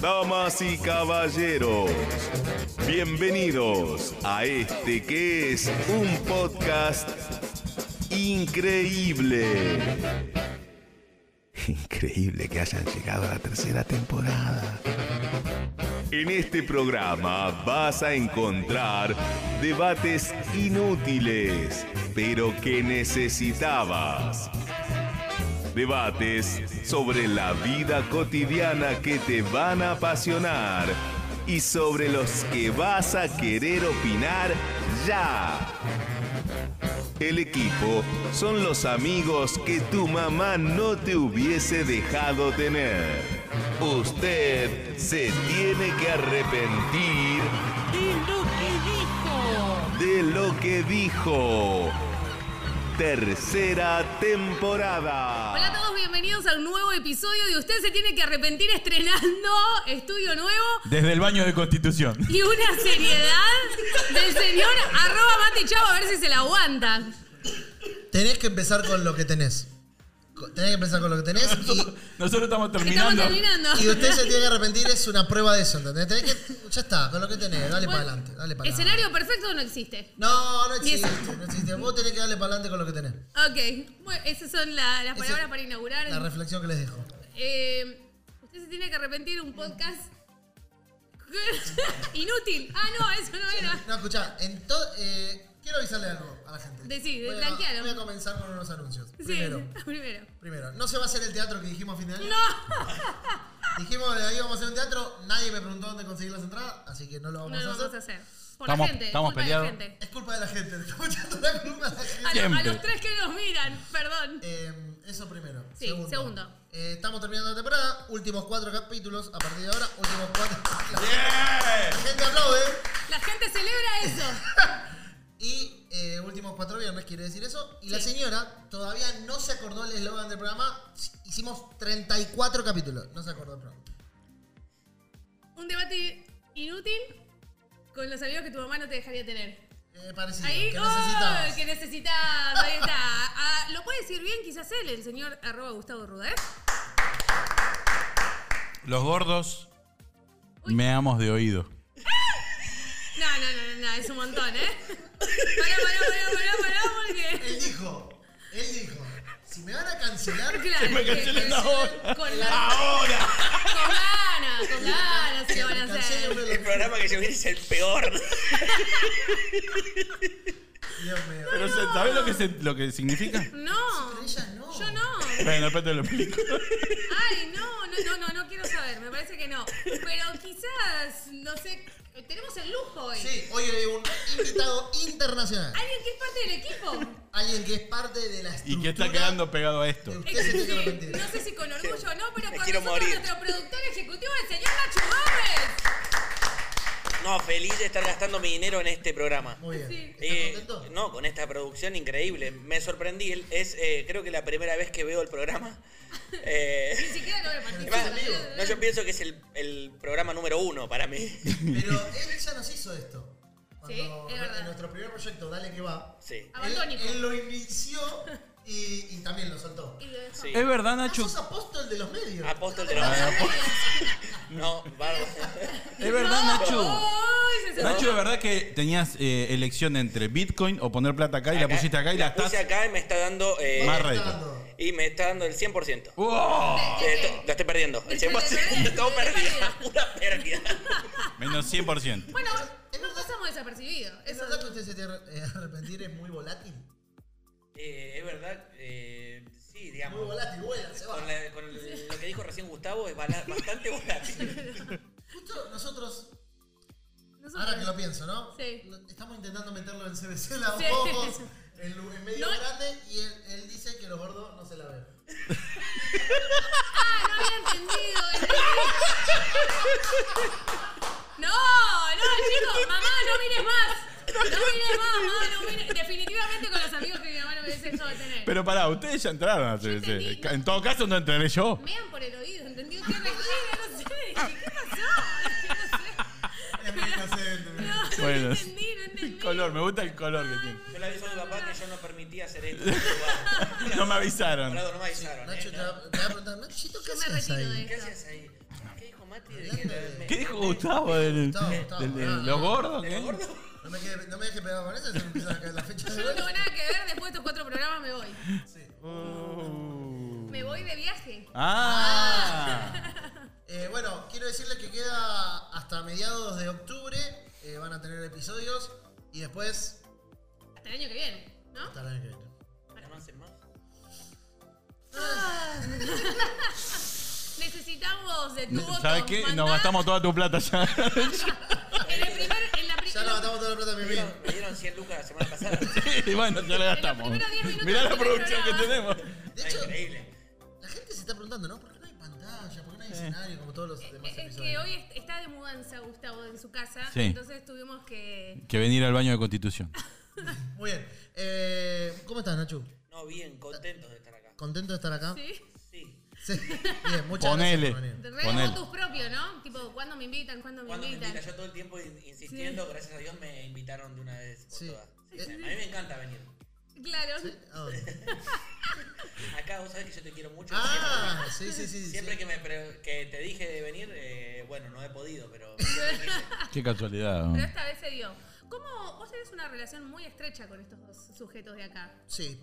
Damas y caballeros, bienvenidos a este que es un podcast increíble. Increíble que hayan llegado a la tercera temporada. En este programa vas a encontrar debates inútiles, pero que necesitabas. Debates sobre la vida cotidiana que te van a apasionar y sobre los que vas a querer opinar ya. El equipo son los amigos que tu mamá no te hubiese dejado tener. Usted se tiene que arrepentir Y lo que dijo. de lo que dijo. Tercera temporada. Hola a todos, bienvenidos a un nuevo episodio de Usted se tiene que arrepentir estrenando estudio nuevo Desde el baño de Constitución. y una seriedad del señor arroba mate chavo a ver si se la aguanta. Tenés que empezar con lo que tenés. Co- Tenés que empezar con lo que tenés y, Nosotros estamos Estamos terminando. terminando. y usted se tiene que arrepentir, es una prueba de eso, ¿entendés? Tenés que, ya está, con lo que tenés, dale Bueno, para adelante, dale para adelante. Escenario perfecto no existe. No, no Ni existe, no existe. Vos tenés que darle para adelante con lo que tenés. Ok, bueno, esas son la- las palabras para inaugurar. La reflexión que les dejo. Eh, usted se tiene que arrepentir un podcast inútil. Ah, no, eso no era. No, escuchá, entonces, quiero avisarle algo a la gente. Decí, Voy a- blanquealo. Voy a comenzar con unos anuncios. Sí, Primero, primero. primero, no se va a hacer el teatro que dijimos a fin de año. No, Dijimos que ahí vamos a hacer un teatro, nadie me preguntó dónde conseguir las entradas, así que no lo no vamos lo a vamos a hacer. hacer. Por Estamos- la gente, estamos culpa de peleados. la gente. Es culpa de la gente, le estamos echando la culpa a la gente. A, lo- a los Siempre. tres que nos miran, perdón. Eh, eso primero. Sí, segundo. Eh, estamos terminando la temporada. Últimos cuatro capítulos. A partir de ahora, últimos cuatro. La gente aplaude. La gente celebra eso. Y eh, últimos cuatro viernes, quiere decir eso. Y la Sí. señora todavía no se acordó el eslogan del programa. Hicimos 34 capítulos. No se acordó el programa. Un debate inútil con los amigos que tu mamá no te dejaría tener. Eh, parecido. Ahí, que ¡oh! necesitabas. que necesitas. Ahí está. Ah, ¿Lo puede decir bien quizás él, el señor arroba Gustavo ¿eh? Rudé? Los gordos Uy. meamos de oído. No, no, no, no, no, es un montón, ¿eh? Pará, pará, pará, pará, pará, porque... Él dijo. Él dijo. Si me van a cancelar. Claro, me que- cancelan que- ahora. Con la... Con ganas, con ganas se van a cancelen hacer. uno de El los- programa que yo vi es el peor. Dios mío. Pero ¿sabés lo que, se- lo que significa? No, Ella no. yo no. Bueno, después te lo explico. Ay, no, no, no, no, no quiero saber, me parece que no. Pero quizás, no sé, tenemos el lujo hoy. Sí, hoy hay un invitado internacional. Alguien que es parte del equipo. Alguien que es parte de la estructura. Y que está quedando pegado a de esto. Usted se tiene que arrepentir. No sé si con orgullo o no, pero Me con quiero nosotros morir. nuestro productor ejecutivo, el señor Nacho Gómez. No, feliz de estar gastando mi dinero en este programa. Muy bien. Sí. ¿Estás Eh, contento? no, con esta producción increíble. Me sorprendí. Es eh, creo que la primera vez que veo el programa. Ni Eh, siquiera lo participa. además, no, yo pienso que es el, el programa número uno para mí. Pero él ya nos hizo esto. Sí, es verdad. En nuestro primer proyecto, Dale que va. Sí. Él, Abandónico. él lo inició y, y también lo soltó. Y lo dejó. Sí. Es verdad, Ah, Ah, Nacho. sos apóstol de los medios. Apóstol de los. No, bárbaro. Es verdad, Nacho. Ay, se Nacho, de verdad que tenías eh, elección entre Bitcoin o poner plata acá y la Acá- pusiste acá y la, puse estás. acá y me está dando. eh, Más Uh. Está reto. dando. y me está dando el 100%. ¡Wow! Eh, to- lo estoy perdiendo. El 100%. Todo pérdida. Pura pérdida. Menos 100%. Bueno, no pasamos desapercibidos. ¿Es Eso verdad que usted se tiene que arrepentir? Es muy volátil. Eh, es verdad, eh, sí, Muy digamos. volátil, vuela, se va. Con, la- con el- lo que dijo recién Gustavo es bala- bastante volátil. Justo nosotros, Nosotros- ahora que lo pienso, ¿no? Sí. Lo- Estamos intentando meterlo en CBC, la Sí. pocos, en, lu- en medio No. grande, y él, él dice que los gordos no se la ven. Ah, no había entendido. entendí. No, no, chicos, mamá, no mires más. No mires más, mamá, no mires. Definitivamente con los amigos que mi mamá no me hubiese hecho tener. Pero pará, ustedes ya entraron a entendí. CBC. En todo caso, no entraré yo. Mean por el oído, ¿entendido? Que respira, no sé. Dije, ¿Qué pasó? Es que no sé. Es muy inocente. No, no Bueno. entendí, no entendí. color, me gusta el color que tiene. Yo le aviso a mi papá que yo no permitía hacer esto. Guau. No me avisaron. Boludo, no me avisaron. Nacho, eh, te no. va te va a preguntar, Nachito, ¿qué Yo me haces retiro de ahí? ¿Qué esto. hacías ahí? ¿Qué dijo Mati? De Hablando que- de- me- ¿Qué dijo Gustavo? ¿Eh? del- Gustavo, Gustavo. del- del- Ah, ¿Los gordos? ¿De ¿Qué? gordo? No me quede- no me dejes pegado con eso, se me empieza a caer la fecha de Yo no vuelta. tengo nada que ver después de estos cuatro programas, me voy. Sí. Me voy de viaje. Ah, Eh, bueno, quiero decirles que queda hasta mediados de octubre. eh, van a tener episodios y después Hasta el año que viene, ¿no? hasta el año que viene. Además, es más. Ah. Necesitamos de tu voto. ¿sabes qué? Nos Mandá gastamos toda tu plata ya. En, el primer, en la pri- Ya nos gastamos toda la plata de Me mi vida. dieron, me dieron 100 lucas la semana pasada. Y bueno, ya la gastamos. En los primeros diez minutos Mirá la del producción que tenemos. De Está hecho, increíble. la gente se está preguntando, ¿no? ¿Por qué no hay pantalla? ¿Por qué no hay escenario como todos los demás Es eh, que episodios? hoy est- está de mudanza Gustavo en su casa, Sí. entonces tuvimos que... Que venir al baño de Constitución. Muy bien. Eh, ¿Cómo estás, Nacho? No, bien, contentos de estar acá. ¿Contento de estar acá? ¿sí? Sí. Sí. Bien, muchas Ponele. gracias por venir. Re Ponele. motus propio, ¿no? Tipo, ¿cuándo me invitan? ¿Cuándo me Cuando me invitan? invitan, yo todo el tiempo in- insistiendo, gracias a Dios me invitaron de una vez por Sí. todas. Sí, Eh, a mí me encanta venir. Claro. ¿A dónde? Acá vos sabés que yo te quiero mucho. Ah, sí, sí, sí. sí. Siempre que, me pre- que te dije de venir, eh, bueno, no he podido, pero siempre quise. Qué casualidad. ¿no? Pero esta vez se dio. ¿Cómo? Vos tenés una relación muy estrecha con estos dos sujetos de acá. Sí.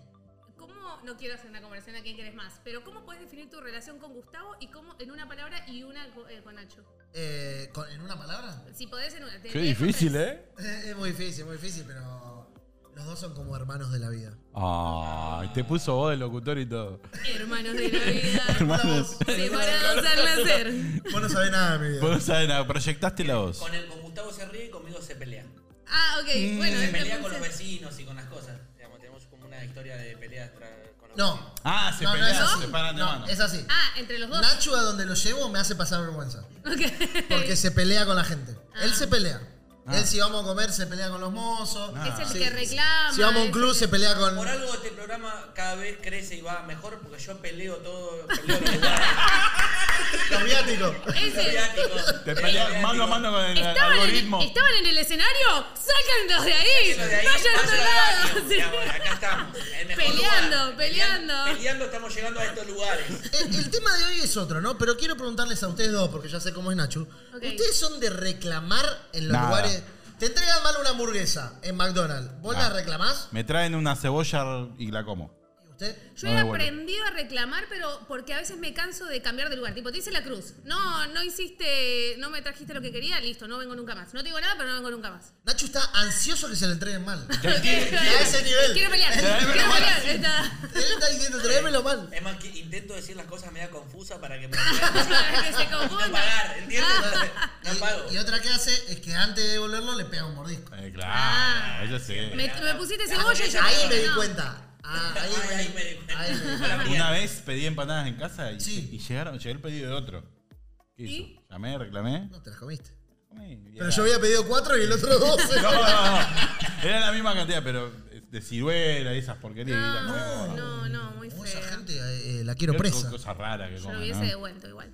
¿Cómo, no quiero hacer una conversación a quién querés más, pero cómo puedes definir tu relación con Gustavo y cómo, en una palabra y una co- eh, con Nacho? Eh, ¿con- ¿En una palabra? Si podés en una. Qué difícil, ¿eh? Eh, Es muy difícil, muy difícil, pero los dos son como hermanos de la vida. Ay, te puso vos de locutor y todo. Hermanos de la vida. Hermanos. separados al nacer. Vos no sabés nada de mi Vos vida. no sabés nada, proyectaste la voz. Con, el, con Gustavo se ríe y conmigo se pelea. Ah, ok. Bueno, Se esto pelea puede con los ser. vecinos y con las cosas. Digamos, tenemos como una historia de peleas tra- con los No. vecinos. Ah, se No, no pelean, es así. se paran de No, mano. es así. Ah, entre los dos. Nacho a donde lo llevo me hace pasar vergüenza. Ok. Porque se pelea con la gente. Él se pelea. Ah. Él si vamos a comer se pelea con los mozos. Es el Si- que reclama, Si vamos a un es club el se pelea con... Por algo este programa cada vez crece y va mejor porque yo peleo todo, peleo los lugares, Los viáticos. los Ese. viáticos. Te Eh, peleas los mano a viáticos. mano con el ¿Estaban en, algoritmo. estaban en el escenario, sáquenlos de ahí, Eso de ahí, vayan a vayan otro al lado. baño. Sí. Digamos, Acá estamos. el mejor Peleando, lugar. peleando. Peleando estamos llegando a estos lugares. El, el tema de hoy es otro, ¿no? Pero quiero preguntarles a ustedes dos, porque ya sé cómo es Nacho. Ok. ¿Ustedes son de reclamar en los Nada. lugares? Te entregan mal una hamburguesa en McDonald's. ¿Vos Nada. la reclamás? Me traen una cebolla y la como. ¿Y usted? Yo No he me vuelvo. aprendido a reclamar, pero porque a veces me canso de cambiar de lugar. Tipo, te hice la cruz. No, no hiciste, no me trajiste lo que quería, listo, no vengo nunca más. No te digo nada, pero no vengo nunca más. Nacho está ansioso que se le entreguen mal. a ese nivel. Quiero pelear. Tráemelo Quiero mal. pelear. Está- Él está diciendo, tráemelo mal. Es más, que intento decir las cosas media confusa para que me. que se confunda. No pagar, ¿entiendes? Ah. No pago. Y, y otra que hace es que antes de devolverlo le pega un mordisco. Eh, Ah. claro, ella sí. Me, me pusiste cebolla y yo. Ahí dije, me di no. cuenta. Ah, ahí, Ay, ahí me di cuenta. Ahí me di Hola, cuenta. Miriam. Una vez pedí empanadas en casa y, Sí. y llegaron, llegó el pedido de otro. ¿Qué ¿Y? hizo? Llamé, reclamé. No te las comiste. comí, y Pero era- yo había pedido cuatro y el otro doce. No, no, no, Era la misma cantidad, pero de ciruela y esas porquerías. y la comemos. No, no, no, muy Como Esa feo. gente eh, eh, la quiero Creo que presa. Cosa rara que Yo comen, lo hubiese ¿no? devuelto igual.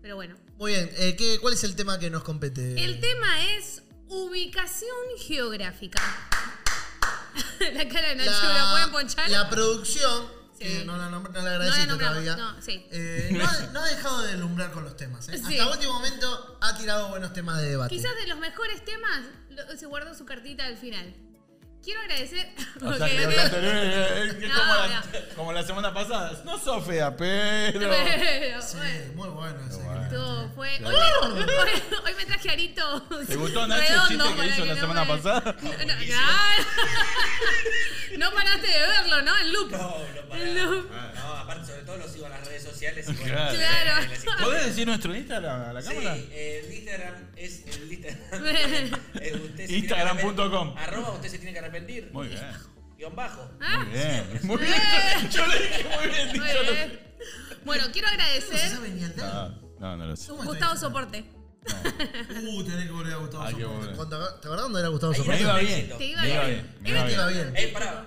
Pero bueno. Muy bien, eh, ¿qué- ¿cuál es el tema que nos compete? El tema es ubicación geográfica. la cara de Nacho, ¿la pueden ponchar? la producción, que Sí. no la, nom- no la la agradeciste nombramos, todavía, no, sí. eh, no, ha- no ha dejado de deslumbrar con los temas. ¿eh? Sí. Hasta último momento ha tirado buenos temas de debate. Quizás de los mejores temas lo- se guardó su cartita al final. Quiero agradecer. O sea, Ok, que ok. los anteriores, eh, es No, como, la, como la semana pasada. No sos fea, pero. Pero, Sí, bueno, muy bueno. ese. esto fue. Hoy me, hoy, hoy me traje arito. ¿Te gustó, Nacho, el chiste que hizo la semana pasada? No, no, claro. No paraste de verlo, ¿no? El loop. No, no pará. El loop. No, aparte, sobre todo lo sigo en las redes sociales. Y bueno, Claro. Claro. eh, les estoy- ¿Podés decir nuestro Instagram a la Sí, cámara? eh, el Instagram es el Instagram. Eh, usted se tiene que Instagram punto com. arrepentir. Arroba, usted se tiene que arrepentir. Muy bien. Guión bajo. ¿Ah? Muy bien. Muy bien. Yo le dije muy bien. Muy dicho lo- bien. Bueno, quiero ¿No se agradecer sabe ni el tema? Ah, No, no lo sé. ¿Cómo está Gustavo Soporte. ahí? Uh, tenés que volver a Gustavo Hay que Soporte. volver. Cuando- ¿Te acordás dónde era Gustavo Ahí Soporte? Me iba bien. Te Me iba iba bien. bien. Me iba Te iba bien. bien. Ey, Eh, pará.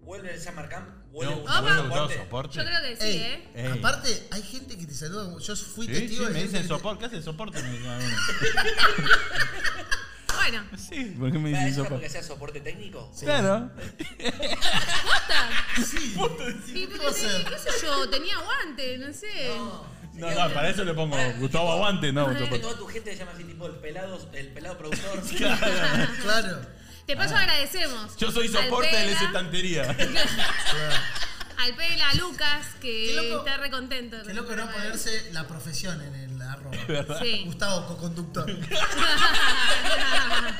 Vuelve el Samarcán, vuelve No, Gustavo bueno, Soporte. Gustavo Soporte. Yo creo que sí, Ey, ¿eh? Ey. Aparte, hay gente que te saluda como. Yo fui Sí, sí, testigo de me gente dicen que te- soporte. ¿Qué hace soporte? Me dicen, "Ah, bueno. bueno". Sí, ¿por qué me Ah, dicen ¿Eso es sopa? porque sea soporte técnico? Claro. ¿Posta? Sí, Y ¿qué pero va a tenía- ser? qué sé yo, tenía guante, no sé. No, no, para eso le pongo Gustavo Aguante, no. Creo que sopa. toda tu gente se llama así tipo el pelado, el pelado productor. Claro. Claro. De paso Ah. agradecemos. Yo soy al soporte de Pela, esa estantería. Eh, Al Pela, a Lucas, Qué que loco- está recontento. Qué loco no ponerse la profesión en el arroba. Sí. Gustavo, co-conductor. bueno.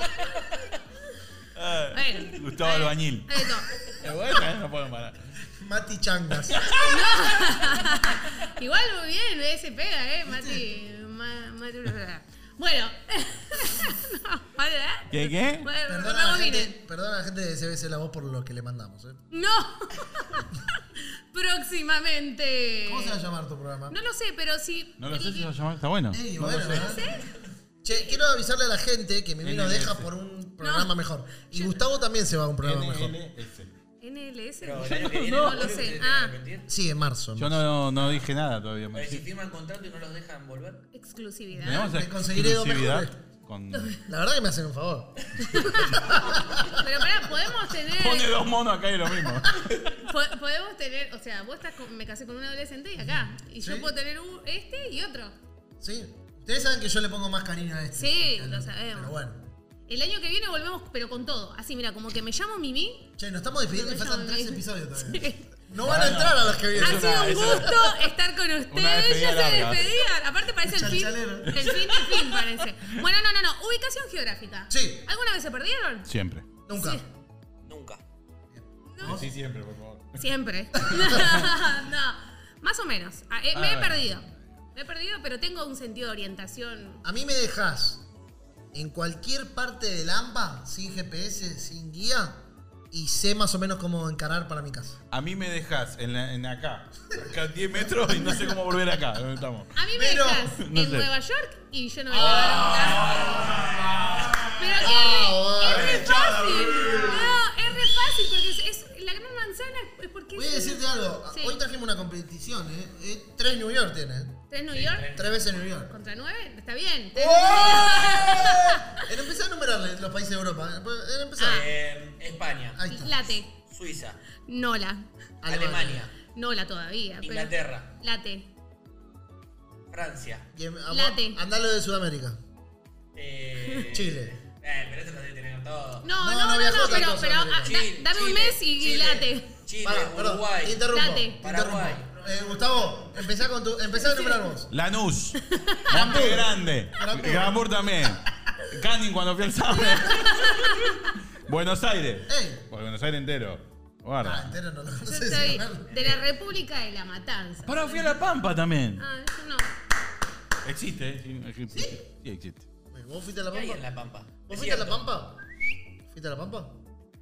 Ah, Gustavo Albañil. Ahí está. Eh, bueno, eh, no puedo parar. Mati Changas. Igual muy bien, eh, se pega, ¿eh? Mati. ma- Mati bueno. no, ¿vale? ¿Qué, qué? Bueno, Perdona a, no la combinen. gente, perdona a la gente de CBC La Voz por lo que le mandamos. ¿eh? No. Próximamente. ¿Cómo se va a llamar tu programa? No lo sé, pero sí. No lo sé si va a llamar, está bueno. Ey, bueno, ¿eh? Che, quiero avisarle a la gente que mi amigo nos NLS. deja por un programa mejor. Y Gustavo también se va a un programa mejor. NLS. NLS. Pero el año que viene, No, ¿no? lo ¿Se sé. tienen que Ah, arrepentir? Sí, en marzo. Yo no, no dije nada todavía. Pero si me- firman contrato y no los dejan volver. exclusividad. ¿Tenemos Me conseguiré dos exclusividad? Con... La verdad que me hacen un favor. Pero pará, podemos tener. Pone dos monos acá y lo mismo. po- podemos tener. O sea, vos estás con- me casé con un adolescente y acá. Y yo Sí. puedo tener un- este y otro. Sí. Ustedes saben que yo le pongo más cariño a este. Sí, Al- lo sabemos. Pero bueno. El año que viene volvemos, pero con todo. Así, mira, como que me llamo Mimi. Che, nos estamos despidiendo y Pero faltan yo- tres episodios todavía. Sí. No van a entrar a los que Ha vienen. sido un gusto estar con ustedes. despedida Ya se larga. despedían. Aparte parece el fin. Chalchalero. El fin del fin parece. Bueno, no, no, no. Ubicación geográfica. Sí. ¿Alguna vez se perdieron? Siempre. Nunca. Sí. Nunca. Sí, siempre, por favor. Siempre. no. Más o menos. Ah, eh, me Ah, he bueno. perdido. Me he perdido, pero tengo un sentido de orientación. A mí me dejas en cualquier parte del AMPA, sin GPS, sin guía, y sé más o menos cómo encarar para mi casa. A mí me dejas en, la- en acá, acá a 10 metros y no sé cómo volver acá. ¿Dónde estamos? A mí me Pero- dejas no en sé. Nueva York y yo no voy a Ah. llegar nunca. Pero Ah, que es re- es re fácil. No, es re fácil porque es, es- la gran manzana es porque Voy a es- decirte algo. Sí. Hoy trajimos una competición, ¿eh? Eh, Tres New York tiene. ¿Tres New York Tres veces New York. ¡Eh! contra nueve? Está bien. En empezar a numerarle los países de Europa. Pues, En empezar. Ah. Eh, España, Ahí está. Late. Suiza, Nola. Alemania, Nola todavía. pero- Inglaterra, Late. Francia, Y en- a- Late. Andalo de Sudamérica. eh, Chile. Eh, pero eso lo debe tener todo. No, No, no, no no, no, viajó tanto pero, a pero ah, Sudamérica. da- Chile, dame un Chile, mes y, y Chile, late. Chile, Pará, perdón. te Uruguay, Interrumpo. Late. te interrumpo. Paraguay. Eh, Gustavo, empezá, con tu, empezá a numerar vos. Lanús, Monte Grande, Granpur. Granpur también, Canning cuando fui al Sable, Buenos Aires, Ey. Bueno, Buenos Aires entero, Ah, guarda. entero no lo no Yo sé si soy numerarlo. de la República de la Matanza. Pará, fui a La Pampa también. Ah, yo no. Ah. Existe, ¿eh? Sí, existe. Sí, existe. ¿Vos fuiste a la ¿Qué hay Pampa? en La Pampa? ¿Vos fuiste a la Desierto. Pampa? ¿Fuiste a la Pampa?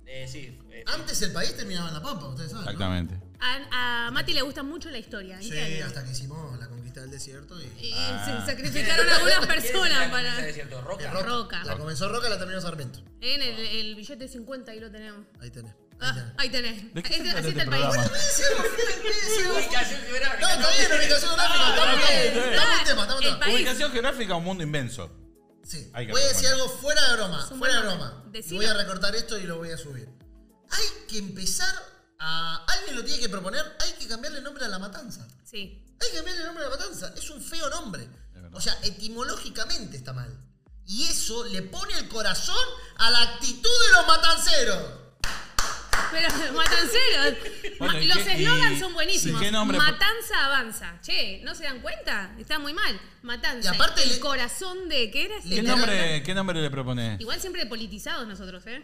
Eh, sí. eh, Antes el país terminaba en la Pampa, ustedes saben. ¿no? Exactamente. A, a Mati le gusta mucho la historia. Sí, ¿entiendes? hasta que hicimos la conquista del desierto y. Y se sacrificaron algunas ¿quién es el personas que está para. diciendo Roca? Roca. Roca. La comenzó Roca y la terminó Sarmiento. En el, el billete 50 ahí lo tenemos. Ahí tenés. Ahí Ah, tenés. ahí tenés. ¿De qué Ese- se trata así está este el país. programa? Ubicación No, está geográfica, bien, ubicación gráfica. Estamos está bien. bien, Estamos en está tema, estamos bien. en tema. País. Ubicación geográfica, un mundo inmenso. Sí. Hay que Voy a decir recordar. algo fuera de broma. Sumame. Fuera de broma. Y Decilo. Voy a recortar esto y lo voy a subir. Hay que empezar a. Alguien lo tiene que proponer. Hay que cambiarle el nombre a la matanza. Sí. Hay que cambiarle el nombre a la matanza. Es un feo nombre. verdad. O sea, etimológicamente está mal. Y eso le pone el corazón a la actitud de los matanceros. Pero matanceros. Bueno, Ma- ¿y los qué- eslogans y- son buenísimos. sí, qué nombre? Matanza avanza. Che, ¿no se dan cuenta? Está muy mal. Matanza. Y aparte el le- corazón de. ¿Qué era? Le- ¿Qué nombre, ¿Qué nombre le propones? Igual siempre politizados nosotros, ¿eh?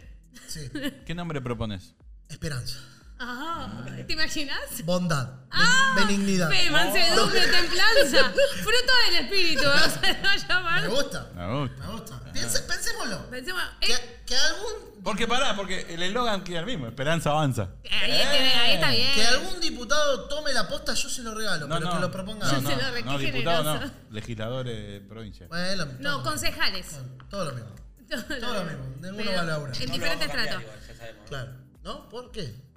Sí. ¿Qué nombre propones? Esperanza. Ah, ¿Te imaginas? Bondad. ben- Ah, benignidad. Fe, mansedumbre, templanza. Fruto del espíritu. Vamos a Me llamar. gusta. Me gusta. Me gusta. Piensa- pensémoslo. Pensemos. Que, eh, que algún, Porque pará, porque el eslogan queda el mismo, esperanza avanza. Ahí, tiene- ahí está bien. que algún diputado tome la posta, yo se lo regalo, pero que lo proponga. No, Yo se lo no, re- no, qué diputado generoso. no, legisladores de provincia. Bueno, No, todo, concejales. todo lo mismo. Todo lo mismo. Ninguno Pero va a la obra. En No lo vamos a diferentes cambiar tratos. igual, ya sabemos. Claro. ¿No? ¿Por qué?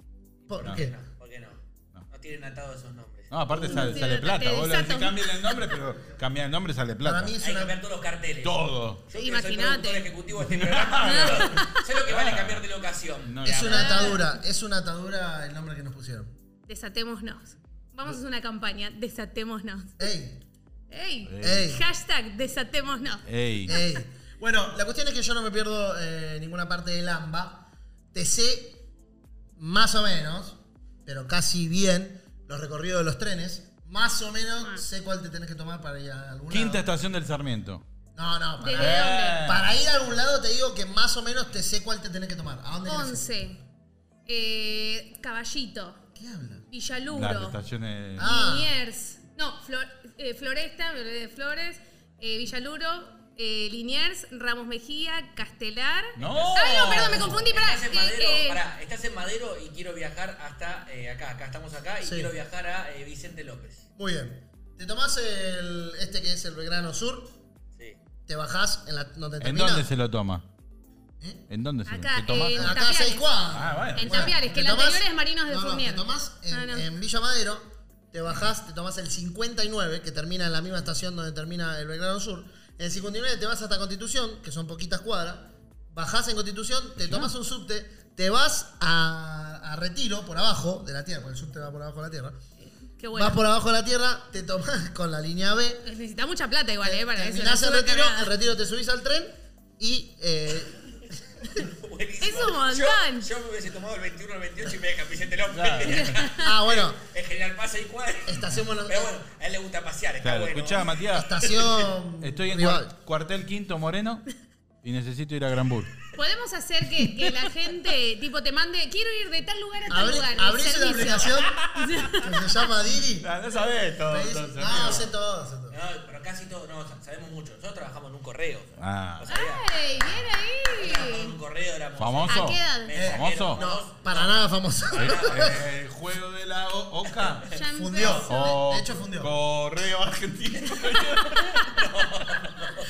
¿Por qué? ¿Por qué no? No. No No tienen atado esos nombres. No, aparte sale, Sí, sale te plata. Vos le decís, desato. cambian el nombre, pero cambian el nombre sale plata. Para mí es Hay que una. ver todos los carteles. Todo. Yo que soy Imagínate. productor ejecutivo de este programa. sé lo que vale cambiar de locación. No, Es la- una atadura, es una atadura el nombre que nos pusieron. Desatémonos. Vamos a hacer una campaña. Desatémonos. Ey, ¡Ey! Ey. Hashtag desatémonos. Ey. ey. Bueno, la cuestión es que yo no me pierdo eh, ninguna parte del AMBA. Te sé más o menos, pero casi bien, los recorridos de los trenes. Más o menos sé cuál te tenés que tomar para ir a algún Quinta lado. estación del Sarmiento. No, no, ¿Desde para, Eh. para ir a algún lado te digo que más o menos te sé cuál te tenés que tomar. ¿A dónde dónde? querés ir? 11. Eh, Caballito. ¿Qué habla? Las Villaluro. estaciones. Ah. Liniers. No, Flor- eh, Floresta, me olvidé de Flores. eh, Villaluro. eh, Liniers. Ramos Mejía. Castelar. ¡No! Ay, no, perdón, me confundí. Pará. Estás en, Eh, Madero, eh, pará, estás en Madero y quiero viajar hasta eh, acá. Acá estamos acá y Sí. quiero viajar a eh, Vicente López. Muy bien. Te tomás el, este que es el Belgrano Sur, Sí. te bajás en la, donde ¿En termina. dónde se lo toma? ¿Eh? ¿En dónde se Acá, lo toma? eh, Acá Tapiales. seis cuadras. Ah, bueno. En Bueno, Tapiales, que te el tomás- anterior es Marinos de no, no, Fournier. Te tomás en, No, no. en Villa Madero, te bajás, te tomás el 59, que termina en la misma estación donde termina el Belgrano Sur. En el 59 te vas hasta Constitución, que son poquitas cuadras. Bajás en Constitución, te tomás un subte, te vas a, a Retiro, por abajo de la tierra, porque el subte va por abajo de la tierra. Qué bueno. Vas por abajo de la tierra, te tomás con la línea B, Necesita mucha plata igual, ¿eh? Para eso. terminás no el es una retiro, cagada. el retiro te subís al tren y eh, Buenísimo. Es un montón. Yo, yo me hubiese tomado el 21 al 28 y me dejan Vicente López. Claro. Ah, bueno. En general pasa y cuadra. Estación Buenos- Pero bueno, a él le gusta pasear, está Claro, bueno. escuchá, Matías. estación Estoy en rival. cuar- cuartel quinto moreno y necesito ir a Granbur. Podemos hacer que, que la gente, tipo, te mande, quiero ir de tal lugar a tal Abrí- lugar. el abrís una servicio. aplicación que se llama Didi. No sabés todo. pedís- No, sé todo, sé todo. No, pero casi todos, no, sa- sabemos mucho. Nosotros trabajamos en un correo. Ah. ¿No sabía? ¡Ay, bien Trabajamos en un ahí! correo, éramos. ¿Famoso? ¿A qué edad? mensajero, ¿Famoso? dos. No, para nada famoso. Eh, El juego de la O- Oca. Ya empezó. Fundió. Oh. O- De hecho, fundió. Oh, Correo argentino.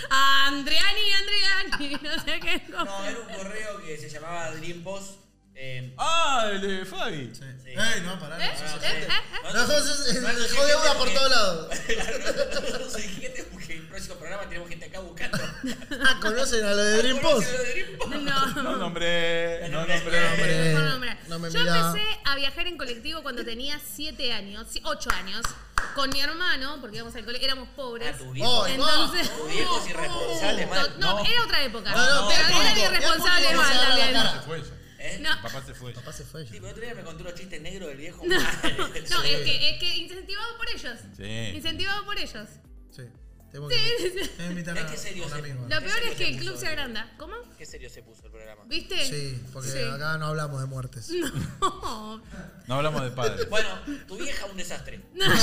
Andreani, Andreani, no sé qué. No, era un correo que se llamaba Dream Post. Eh, ¡Ah, el de Fabi! Sí. Ey, no, pará. ¿Eh? no, ¿Eh? ¿Eh? ¿Eh? Nosotros eh, dejó deuda por todos lados. Nosotros gente porque el próximo programa tenemos gente acá buscando. Ah, conocen a lo de Dream Post. ¿Conocen lo de Dream Post? No ¿Eh? No. nombré. No nombré. nombré. Eh, Por nombrar. no me Yo mirá. empecé a viajar en colectivo cuando tenía 7 años, 8 años, con mi hermano, porque íbamos al colegio, éramos pobres. Ah, tu viejo. Ay, Entonces. Tu viejo es irresponsable, mal. No, No. era otra época. No, no, pero te era apunto, irresponsable te apunto, mal no se habla también. la Se cara. fue ella. ¿Eh? No. Papá se fue. Papá se fue Sí, ya. pero otro día me contó los chistes negros del viejo. No, Madre. no, es, que, es que incentivado por ellos. Sí. Incentivado por ellos. Sí. Tengo que tengo que invitar a Es que serio, un sí. amigo. Lo peor Ese es que el me club puso se agranda. ¿Cómo? Qué serio se puso el programa. ¿Viste? Sí, porque Sí. acá no hablamos de muertes. No. No hablamos de padres. Bueno, tu vieja un desastre. Mirá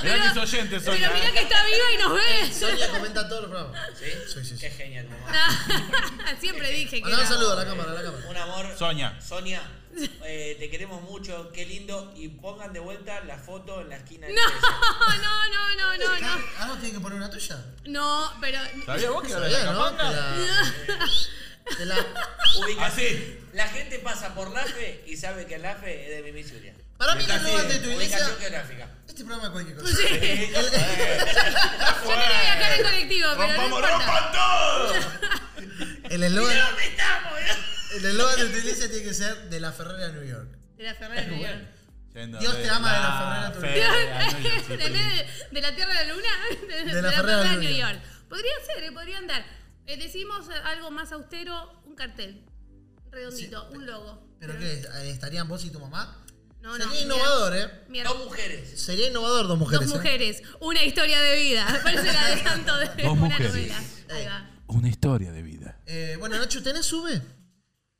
que es oyente, Pero Sonia. ¿eh? mira que está viva y nos ve. Sonia comenta todos los programas. ¿Sí? Sí, sí, sí. Qué genial, mamá. Ah, Siempre dije que Mandá un era. saludo a la cámara, a la cámara. Un amor. Sonia. Sonia, eh, te queremos mucho, qué lindo. Y pongan de vuelta la foto en la esquina. de No, no, no, no, no, no. Ah, ¿no tiene que poner una tuya? No, pero. ¿Sabías vos que era de Sabía, la ¿no? Te capanga? la- te la- Ubica. Así. La gente pasa por Lafe y sabe que Lafe es de mi Misiuria. Para mí, que no de tu Ubicación iglesia. geográfica. Este programa es cualquier cosa. Sí. Yo quería viajar en colectivo, pero. No ¡Rompamos, importa. rompan todo! El eslogan ¿Dónde estamos? el eslogan de tu iglesia tiene que ser de la Ferrera a New York. De la Ferrera de New York. Yendo Dios te ama de la Ferrera fe- Turismo. a New York de, City. de- de la Tierra a la Luna, de, de la Ferrera de New York. Podría ser, eh, podría andar. Eh, decimos algo más austero, un cartel redondito, un logo. ¿Pero qué? eh, ¿Estarían vos y tu mamá? No, no, Sería mira. innovador, ¿eh? Mierda. Dos mujeres. Sería innovador dos mujeres. Dos ¿eh? mujeres, una historia de vida. Parece la de tanto de Dos una mujeres. novela. Ahí va. Una historia de vida. Eh, bueno, Nacho, ¿tenés sube?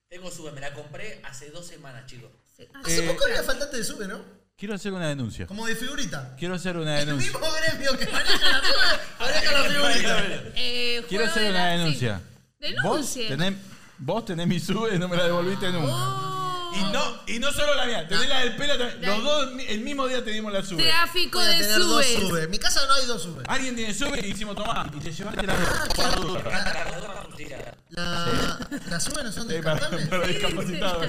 Tengo sube, me la compré hace dos semanas, chicos. Sí. Ah, Hace Eh, poco era faltante de sube, ¿no? Quiero hacer una denuncia. Como de figurita. Quiero hacer una El denuncia. mismo gremio que maneja la sube, maneja la figurita. eh, juego Quiero hacer de una la- sí. denuncia. Vos Denuncie. tenés, vos tenés mi sube y no me la devolviste nunca. Oh, Y no, y no solo la mía, tenés la del pelo también. Dale. Los dos el mi- el mismo día te dimos la sube. tráfico Voy a de tener dos subes. sube. En mi casa no hay dos sube. Alguien tiene sube y hicimos tomar. Y te llevaste la dos. Rata, la droga, justicia. La, ¿Las sube no son Sí, para, descartables? para discapacitados.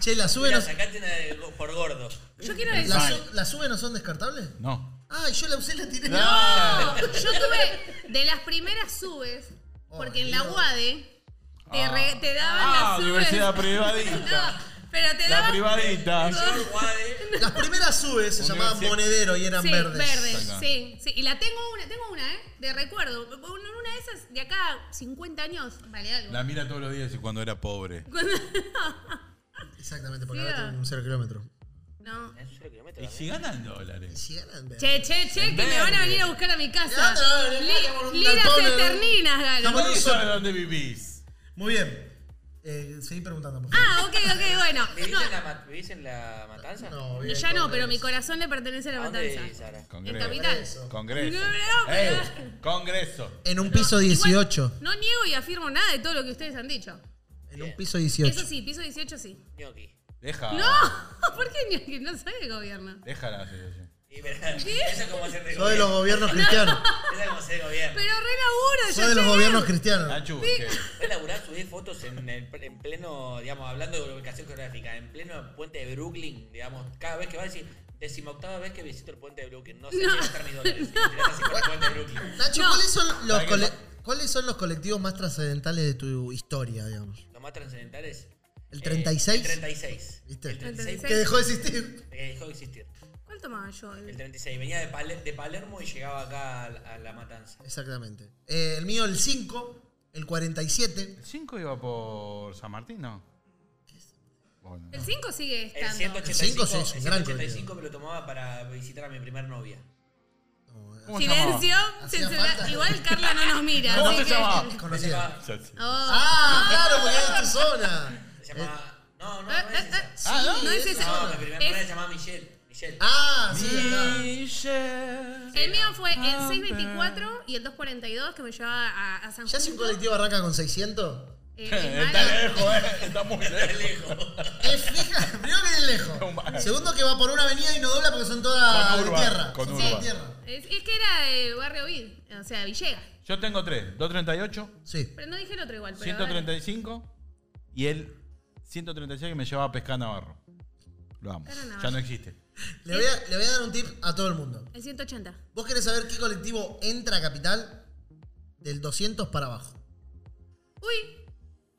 Che, ¿las sube, Mira, no, sacate una de- por gordo. Yo quiero las decir, su- las sube no son descartables? No. Ah, Ah, yo la usé y la tiré. No. yo tuve de las primeras subes, porque en la Dios. UADE te, re- te daban Ah, las subes. universidad No, privadita. pero te La daban... privadita. Yo, Guade, Las primeras subes se llamaban Universidad- monedero y eran Sí, verdes. verdes, Acá. sí, sí. Y la tengo una, tengo una, ¿eh? De recuerdo. Una, una de esas de acá, 50 años, vale algo. La mira todos los días y cuando era pobre. Exactamente, porque Mira. ahora tienen un cero kilómetro. No. Es cero kilómetros, Y si ganan dólares. Si eran verdes. Che, che, che, que me van a venir a buscar a mi casa. Ya te van a venir acá con Li- un Liras galpón, eterninas, Galo. Estamos- ¿Dónde sabe dónde vivís? Muy bien. Eh, seguí preguntando, por favor. Ah, ok, ok, bueno. ¿Vivís, No, en la, ma- vivís en la matanza? No, bien, ya no, con pero verdes. mi corazón le pertenece a la ¿A dónde vivís matanza. ahora? En Congreso. capital. Eso. Congreso. No, no, pero- Ey, Congreso. En un piso Ah. Igual, 18. no niego y afirmo nada de todo lo que ustedes han dicho. En un piso 18. Eso sí, piso 18 sí. Ñoqui. Deja. No, ¿por qué ni- que no soy de gobierno? Déjala. sí, sí. Y, pero, Eso es como hacer de Soy de los gobierno. gobiernos cristianos. Eso es como hacer de gobierno. Pero re laburo, Soy de los llegué. gobiernos cristianos. Nachu, que- Voy a laburar, subir fotos en, el- en pleno, digamos, hablando de ubicación geográfica, en pleno puente de Brooklyn, digamos, cada vez que vas a decir, decimoctava vez que visito el puente de Brooklyn, no sé No. qué gastar mis dólares, y tirás así por el puente de Brooklyn. Nacho, No. ¿cuáles, son los Para que cole- no- ¿cuáles son los colectivos más trascendentales de tu historia, digamos? Lo más trascendental es... ¿El eh, 36? el 36. ¿Viste? El 36 Que dejó de existir. que dejó de existir. ¿Cuál tomaba yo? El 36. Venía de, Pale- de Palermo y llegaba acá a, la- a La Matanza. Exactamente. Eh, el mío, el 5. El 47. ¿El 5 iba por San Martín, no? Bueno, El 5 sigue El estando. 185, El 5 sí, es un el gran 185 me lo tomaba para visitar a mi primer novia. ¿Cómo se llamaba? Silencio. Hacía censura- falta. Igual Carla no nos mira. ¿Cómo así se que- llamaba? Se Conocida. llamaba... Oh. Ah, claro, porque es de tu zona. Se llamaba no, no, no Eh, es eh, esa. eh, Ah, no, No es esa. No, mi primera novia Es- se llamaba Michelle. Michelle. Ah, sí, verdad. El mío fue el Ah, 624 y el 242 que me llevaba a, a San Ya si un Justo. colectivo arranca con 600. Eh, es Está malo. lejos, eh. Está muy lejos. Es Eh, fija, primero que es lejos. Segundo que va por una avenida y no dobla porque son todas Con de urba, tierra. con Son urba. todas de tierra. Es, es que era de Barrio Vid, o sea, Villegas. Yo tengo tres. 238, Sí. Pero no dije el otro igual. Pero dale. 135 y el 136 que me llevaba a pescar Navarro. Lo amo. Era Navarro. Ya no existe. Le voy, a, le voy a dar un tip a todo el mundo. El 180. ¿Vos querés saber qué colectivo entra a Capital? Del 200 para abajo. Uy,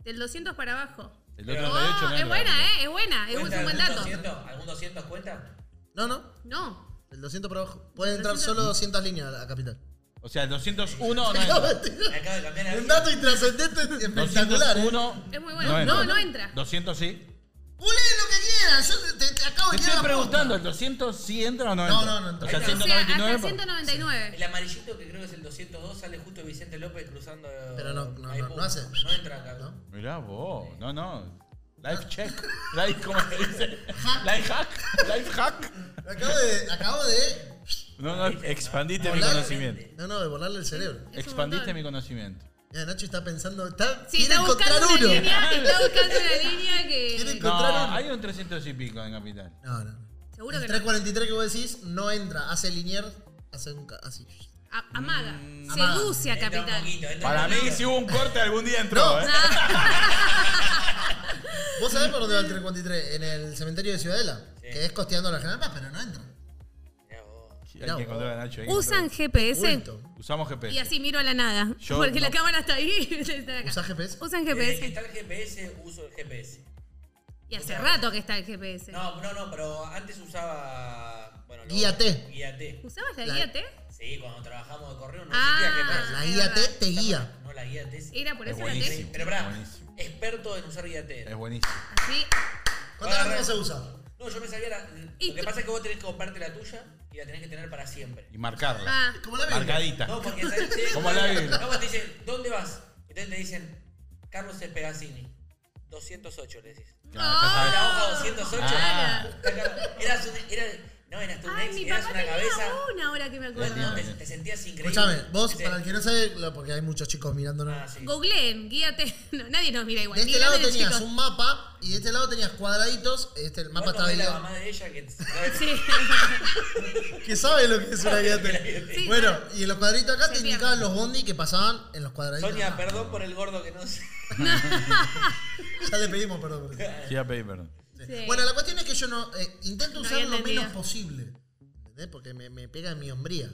del 200 para abajo. El Pero- Oh, 238 no es buena, ¿eh? Es buena, es un ¿Cuenta buen algún dato. 200? ¿Algún 200 cuenta? No, no. No. Del 200 para abajo. Pueden entrar solo 200 líneas a Capital. eh. O sea, el 201 no No, entra. Me mentira. acabo de un cambiar algo. dato intrascendente espectacular. ¿eh? 201 Es muy bueno. No, no entra. 200 sí. Pulé lo que quieran. Yo te, te acabo Te estoy de tirar la posta. preguntando, ¿el 200 sí entra o no No, entra? no, no entra. O sea, Ahí O sea, hasta el 199. 199. El amarillito que creo que es el 202 sale justo Vicente López cruzando. Pero no, no, Maipú. no, no hace. No entra acá. ¿No? Mirá vos, no, no. Life check. Life, ¿cómo se dice? Life hack. Life hack. Acabo de, acabo de. No, no, expandiste mi Hola. conocimiento. No, no, de borrarle el cerebro. Es un Expandiste montón. mi conocimiento. Mira, Nacho está pensando. Está, Sí, quiere está encontrar buscando una uno. línea. Está buscando una línea Quiere que. No, encontrar uno. hay un 300 y pico en Capital. No, no. Seguro el que no. 343 que vos decís no entra, hace linier, hace un ca- así. A- Amaga. amaga. Seduce a Entra un Capital. poquito, entra Para un mí, poquito. si hubo un corte, algún día entró. No. ¿eh? ¿Vos sabés por dónde va el 343? En el cementerio de Ciudadela, que es costeando la General Paz, pero no entra. Mirá vos. Hay que encontrar a Nacho. hay que Usan encontrar- GPS Bulto. Usamos y GPS. así miro a la nada. Yo porque la no. cámara está ahí. está acá. ¿Usás GPS? Usan Desde que GPS. está el GPS, uso el GPS. Y hace rato que está el GPS. No, no, no, pero antes usaba. Bueno, lo- Guía T. Guía T. ¿Usabas la La- guía T? Sí, cuando trabajamos de correo no Ah. existía GPS. La es guía T verdad. te guía. No, la guía T. sí. ¿Era por Es eso la T? buenísimo. Pero pará, Buenísimo. experto en usar guía T. Es buenísimo. Así. ¿Cuántas Agarra. veces se usa? Ah. No, yo me sabía la. Y Lo que tú- pasa es que vos tenés que comprarte la tuya y la tenés que tener para siempre. Y marcarla. Ah. Como la Biblia. Marcadita. No, porque ¿sabes? Sí, Como la Biblia. No, porque te dicen, ¿dónde vas? Entonces te dicen, Carlos Espegacini. 208, le decís. No, ya Ah, sabes. la hoja 208. Ah. Eras un, era, no, eras tu Ay, ex, mi eras papá una tenía cabeza. una ahora que me No, acuerdo. te, te sentías increíble. Escuchame, vos, Te- para el que no sabe, lo- porque hay muchos chicos mirándonos. Ah, sí. Googleen, guíate. No, nadie nos mira igual. de ni este lado grandes tenías chicos. un mapa y de este lado tenías cuadraditos. Este, el mapa Vos no estaba ves la dividido. mamá de ella que. Sí. Que sabe lo que es una guía T. Sí, bueno, claro. y en los cuadraditos acá Se te pierde. indicaban los bondi que pasaban en los cuadraditos. Sonia, acá. perdón por el gordo que no sé. Ya le pedimos perdón. por eso. Sí, ya pedí perdón. Sí. Sí. Bueno, la cuestión es que yo no eh, intento No usar había lo menos entendido. posible. ¿Entendés? Porque me, me pega en mi hombría.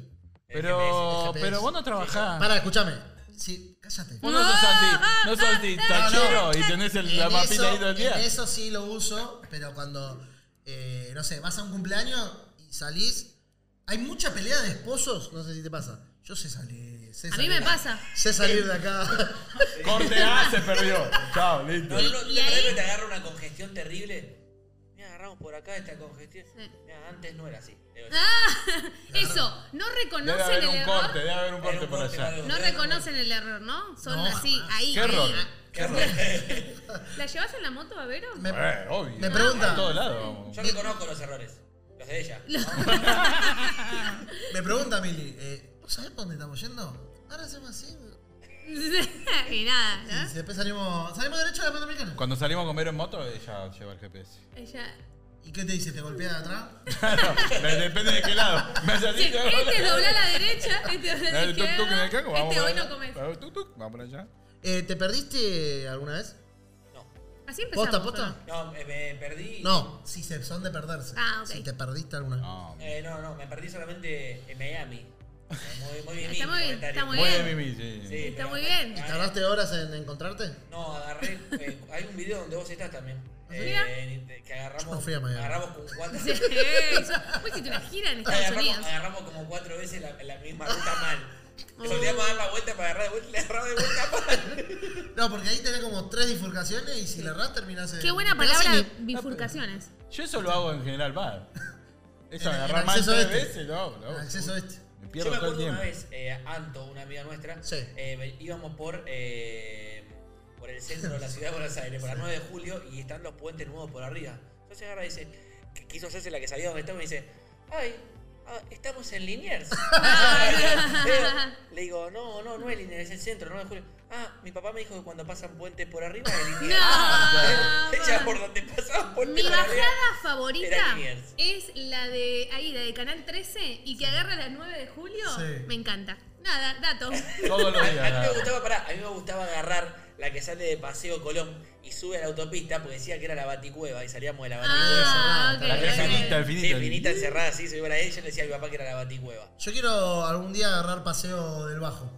Pero, GPS. pero vos no trabajás. Para, escúchame. Sí, cállate. Vos no sos anti, no sos anti tachero y tenés el- la En mapita ahí todo el eso, en día. eso sí lo uso, pero cuando, eh, no sé, vas a un cumpleaños y salís, hay mucha pelea de esposos, no sé si te pasa. Yo sé salir, sé A mí salir. me pasa. Sé salir de acá. Corte A se perdió. Chao, listo. No, no, no, Y- y ¿te acordás ahí- que te agarra una congestión terrible? Mira, agarramos por acá esta congestión. Sí. Mirá, antes no era así. Debe- Ah, eso, no Debe reconocen haber el un error. corte, debe haber un corte Era un por corte, allá. algo. No Debe haber un reconocen el error, ¿no? Son No, así, ahí. ¿Qué ahí. error? ¿Qué error? ¿La llevas en la moto, Babero? Me- Eh, obvio. Me pregunta. A todos lados. vamos. Yo reconozco los errores. Los de ella. Me pregunta Mili, eh, ¿vos sabés por dónde estamos yendo? Ahora hacemos así. y nada, Y ¿no? después salimos, salimos derecho a la Panamericana. Cuando salimos a comer en moto, ella lleva el GPS. Ella. ¿Y qué te dice? ¿Te golpea de atrás? Claro, de- depende de qué lado. Me hace así, Sí, te hago este la- dobla a la derecha, este dobla a la Dale, tuk, tuk, en izquierda. el caco, vamos Este para hoy no allá. comes. Dale, tuk, tuk, Vamos para allá. Eh, ¿Te perdiste alguna vez? No. Así empezamos. ¿Posta, posta? ¿no? No, me, me perdí. No, si se son de perderse. Ah, ok. Si te perdiste alguna vez. No, Eh, no, no, me perdí solamente en Miami. Muy, muy bien. Está mi muy- comentario. está muy Muy bien. de Mimi, sí. Sí, Está pero- muy bien. ¿Y tardaste horas en encontrarte? No, agarré. eh, hay un video donde vos estás también. Eh, Mira. en- de- que agarramos. No fui a Miami. agarramos con cuatro. Sí, eso. Vos hiciste una gira en Estados agarramos, Unidos. eh, agarramos como cuatro veces la, la misma ruta mal. Solíamos dar la vuelta para agarrar de vuelta y le agarramos de vuelta mal. No, porque ahí tenés como tres bifurcaciones y si la errás terminás en... Qué buena terminás palabra, en- bifurcaciones. Yo eso lo hago en general, va. Eso En- en agarrar más acceso tres este. veces, lo hago, lo en hago. acceso este. Me Yo pierdo me todo el acuerdo una tiempo. vez, eh, Anto, una amiga nuestra, Sí. eh, ve- íbamos por, eh, por el centro de la ciudad de Buenos Aires, por la 9 de julio, y están los puentes nuevos por arriba. Entonces agarra y dice, que quiso hacerse la que sabía dónde estaba y me dice, ay, ah, estamos en Liniers. Ah, Eh, Eh, Le digo, no, no, no es Liniers, es el centro, 9 de julio. Ah, mi papá me dijo que cuando pasan puentes por arriba es No, Liniers. Ah, mamá. ella por donde pasaban Mi puentes por arriba. bajada Era favorita Liniers. es la de ahí, la de Canal 13 y que agarra la 9 de julio. Sí. Me encanta. Nada, dato. Todos los A, a mí me días. gustaba, pará, a mí me gustaba agarrar la que sale de Paseo Colón y sube a la autopista porque decía que era la Baticueva y salíamos de la Baticueva. Ah, ok. La que es finita, ok. el Sí, finito. finita encerrada así, se iba a la ella y yo le decía a mi papá que era la Baticueva. Yo quiero algún día agarrar paseo del bajo.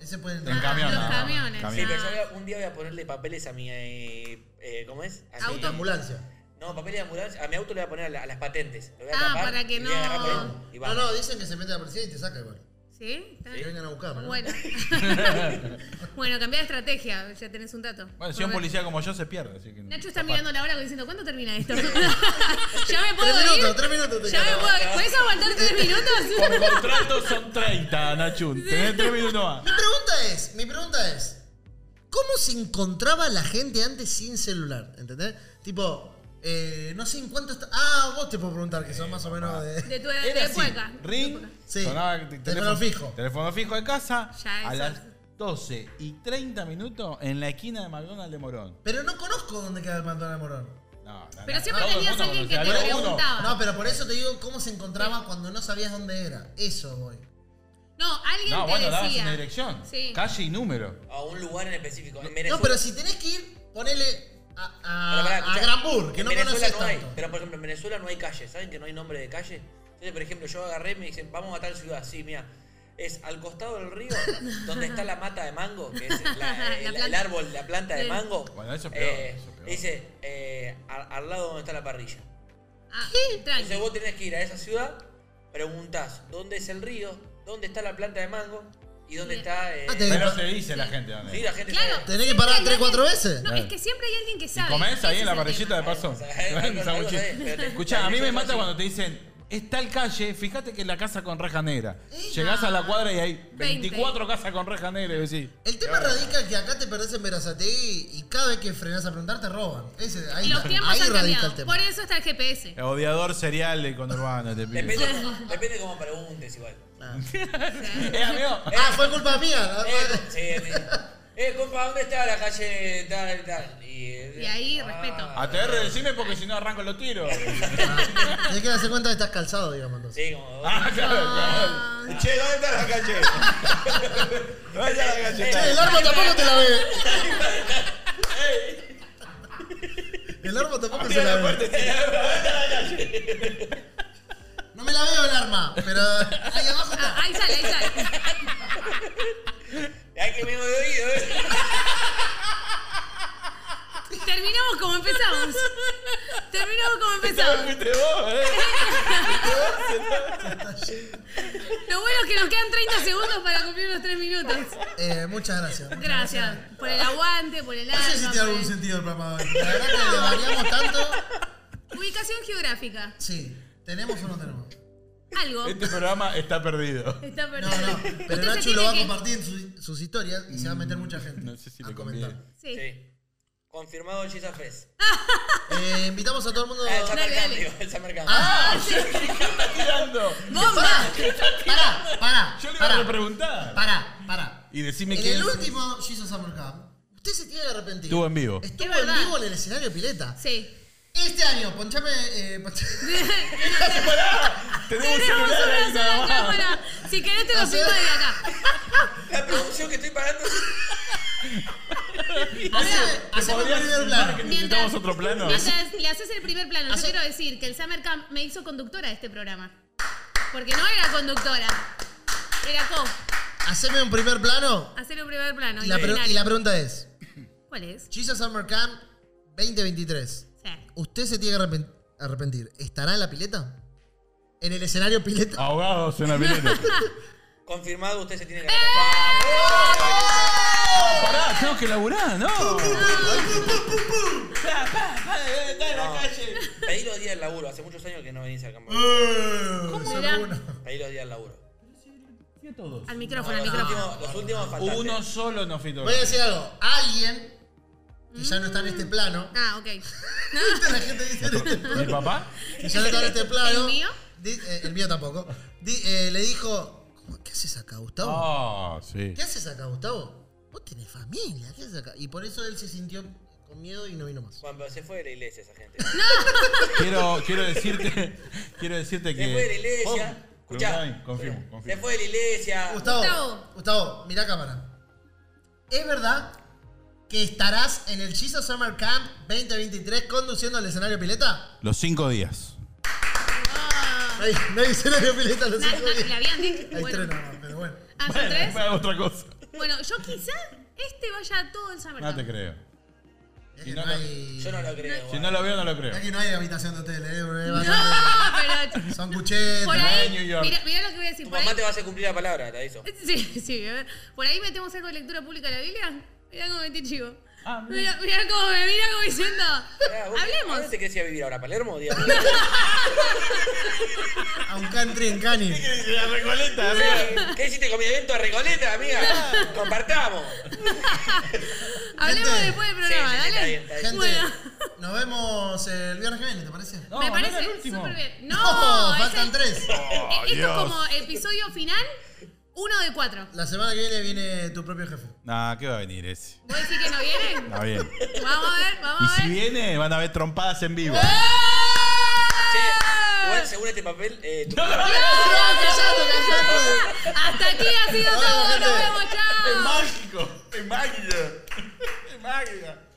Ese puede En entrar. camión. Ah, los no, camiones. Sí, camión. pero yo voy a- un día voy a ponerle papeles a mi. eh, eh, ¿Cómo es? A mi- En ambulancia. No, papeles de ambulancia. A mi auto le voy a poner a, la- a las patentes. Lo voy a Ah, tapar para que y le voy a agarrar por ahí no- y No, vamos. no, dicen que se mete a la policía y te saca igual. ¿Sí? ¿Está Que bien? vengan a buscar, ¿no? Eh. Bueno. bueno, cambiá de estrategia, ya tenés un dato. Bueno, si un Por- policía como yo se pierde, así que. Nacho está capaz. mirando la hora diciendo, ¿cuándo termina esto? ya me puedo Tres minutos, ir. tres minutos te ya me quedan. puedo ir. ¿Puedes aguantar tres Por minutos? contrato son 30, Nacho. Tenés 3 minutos más. Mi pregunta es, mi pregunta es, ¿cómo se encontraba la gente antes sin celular? ¿Entendés? Tipo, eh, no sé en cuánto está... Ah, vos te puedo preguntar, que son más o Ah. menos de... de tu edad Era de así. puerca. Ring. Sí. Sonaba el Teléfono fijo. Teléfono fijo de casa. Ya, a eso. las 12 y 30 minutos en la esquina de McDonald's de Morón. Pero no conozco dónde queda el Pantano de Morón. No, no, Pero no, siempre todo el tenías mundo alguien que conocía te a alguno. Ah. preguntaba. No, pero por eso te digo cómo se encontraba cuando no sabías dónde era. Eso voy. No, alguien No, te bueno, dabas decía. una dirección. Sí. Calle y número. A un lugar en específico. En No, Venezuela. pero si tenés que ir, ponele a, a, Pará, pará, a escuchá. Granbur, que En no Venezuela conoces no hay. tanto. Pero por ejemplo, en Venezuela no hay calle. ¿Saben que no hay nombre de calle? Entonces, por ejemplo, yo agarré y me dicen, vamos a tal ciudad. Sí, mira. Es al costado del río, donde está la mata de mango, que es la- La el- el planta. árbol, la planta de Sí. mango. Bueno, eso es peor, Eh, eso es peor. Dice, eh, al, al lado donde está la parrilla. Ah, Entonces tranqui. vos tenés que ir a esa ciudad, preguntás dónde es el río, dónde está la planta de mango y dónde Bien. está. eh, Ah, te- Pero te dice la gente dónde. sí, la gente Claro. sabe. ¿Tenés que siempre parar hay tres, alguien- cuatro veces? No, es que siempre hay alguien que sabe. Comés ahí Ese en la es el parrillita de tema. paso. Ay, ay, ay, Sanguchito. ay, ay, ay. Escuchá, a mí me mata Sí. cuando te dicen, es tal calle, fíjate que es la casa con reja negra. Llegás a la cuadra y hay 24 casas con reja negra y decís. El tema radica que acá te perdés en Verazategui y cada vez que frenás a preguntar te roban. Ese, ahí Los tiempos ahí han radica el cambiado. tema. Por eso está el GPS. Odiador serial de conurbano este pibe. Depende, depende cómo preguntes igual. Eh, amigo. Ah, fue culpa mía. Eh, sí, eh, compa, ¿dónde está la calle tal, tal? Y, eh, ah, Y ahí, respeto. ATR, decime porque si no arranco los tiros. Tienes que darse cuenta que estás calzado, digamos. entonces. Sí, como. Ah, claro, Ah. claro. Che, ¿dónde está la calle? ¿Dónde está Eh, la Che, el arma tampoco te la ve. El arma tampoco Abrió se la la ve. puerta y se la calle. No me la veo el arma, pero ahí abajo Ah, está. ahí sale, ahí sale. Ay, que me he oído, ¿eh? Terminamos como empezamos. Terminamos como empezamos. Fuiste vos, eh. Lo bueno es que nos quedan 30 segundos para cumplir los 3 minutos. Eh, muchas gracias. muchas Gracias por el aguante, por el No sé si alma. tiene por algún el- sentido el programa de hoy. La verdad que le variamos tanto. Ubicación geográfica. Sí, ¿tenemos o no tenemos? Algo. Este programa está perdido. Está No, perdido. no, pero Usted se Nacho tiene lo va a que- compartir en su- sus historias y se va a meter mucha gente. Mm, no sé si a le comentar. conviene. Sí. Sí. Confirmado Jesus Fest. Eh, invitamos a todo el mundo. Ah, el Dale, Summer dale. Cambio, el Summer Cambio. Ah, Tirando. ¡Bomba! pará, pará, Ah, pará, Yo le iba a pará, repreguntar. pará, pará. Y decime En quién. el último Jesus Summer Camp, usted se tiene que arrepentir. Estuvo en vivo. Estuvo Es en verdad. vivo en el escenario pileta. Sí. Este año, ponchame. Eh, ponchame. ¡Pará! Tenemos un Tenemos celular una ahí nada sola más. cámara. Si querés te lo siento desde acá. La producción que estoy pagando. Haceme- ¿Te Haceme un podrías primer filmar que plano. necesitamos otro plano? mientras le haces el primer plano, yo Hace- quiero decir que el Summer Camp me hizo conductora de este programa. Porque no era conductora. Era co. Haceme un primer plano. Hacer un primer plano. Y la, pre- imaginario. y la pregunta es: ¿Cuál es? Jesus Summer Camp 2023. Sí. Usted se tiene que arrepen- arrepentir. ¿Estará en la pileta? ¿En el escenario pileta? Ahogados en la pileta. Confirmado, usted se tiene ¡Eh! que arrepentir. Pará, tengo que laburar, ¿no? Pedí los días del laburo. Hace muchos años que no venís al campo. ¿Cómo? Mirá. Mm. Pedí los días del laburo. Al micrófono, al Los micrófono. últimos, los últimos faltantes. Uno solo no fui Voy a decir algo. Alguien que ya no está en este plano. Ah, ok. La gente dice en este plano. ¿Mi papá? Que ya no está en este plano. ¿El mío? Di- eh, el mío tampoco. Di- eh, le dijo: "¿Cómo- ¿Qué haces acá, Gustavo? Ah, sí. ¿Qué haces acá, Gustavo? Vos tenés familia, ¿qué haces acá? Y por eso él se sintió con miedo y no vino más. Juan, pero se fue de la iglesia esa gente. Quiero, quiero decirte, quiero decirte que. Se fue de la iglesia. Oh, Escuchá. Rubén, Confirmo, Se confirmo. fue de la iglesia. Gustavo, Gustavo. Gustavo, mirá cámara. ¿Es verdad que estarás en el Jesus Summer Camp 2023 conduciendo al escenario pileta? Los cinco días. No hay, no hay escenario pileta, lo Na- siento. na- le Ah, habían dicho. Hay tres Bueno, nada más, pero bueno. ah, son Bueno, tres. fue otra cosa. Bueno, yo quizá este vaya a todo el Summer No Camp. te creo. Es Si que no no, lo- hay, Yo no lo creo. Si Juan. no lo veo, no lo creo. es que no hay habitación de hotel, ¿eh? porque va a No, ser- pero Son cuchetes. por New ahí. York. Mira, mira lo que voy a decir. Tu Por mamá ahí, te va a hacer cumplir la palabra, te aviso. sí, sí. a ver. Por ahí metemos algo de lectura pública de la Biblia. Mirá cómo metí chivo. Ah, Mirá, mirá cómo me mira como diciendo. Pará, Ah, vos- ¿A Hablemos. dónde te querés ir a vivir ahora? ¿A ¿Palermo? Digamos. A un country en Cani. La recoleta, ¿Qué hiciste con mi evento de Recoleta, amiga? Compartamos. Hablemos Gente. después del Sí, sí, programa, sí, está dale. bien, está bien. Gente, Bueno. nos vemos el viernes que viene, ¿te parece? No, me no era el parece último. súper bien. No, No, es faltan el- tres. eh, esto es como episodio final, uno de cuatro. La semana que viene viene tu propio jefe. Nah, ¿qué va a venir ese? ¿Vos decís que no vienen? Está bien. Vamos a ver, Y vamos a si ver. Ah. viene, van a ver trompadas en vivo. Che, igual según este papel, eh, tu- Hasta aquí ha sido Vamos, todo, gente. nos vemos, chao. mágico! ¡Es mágica! ¡Es mágica!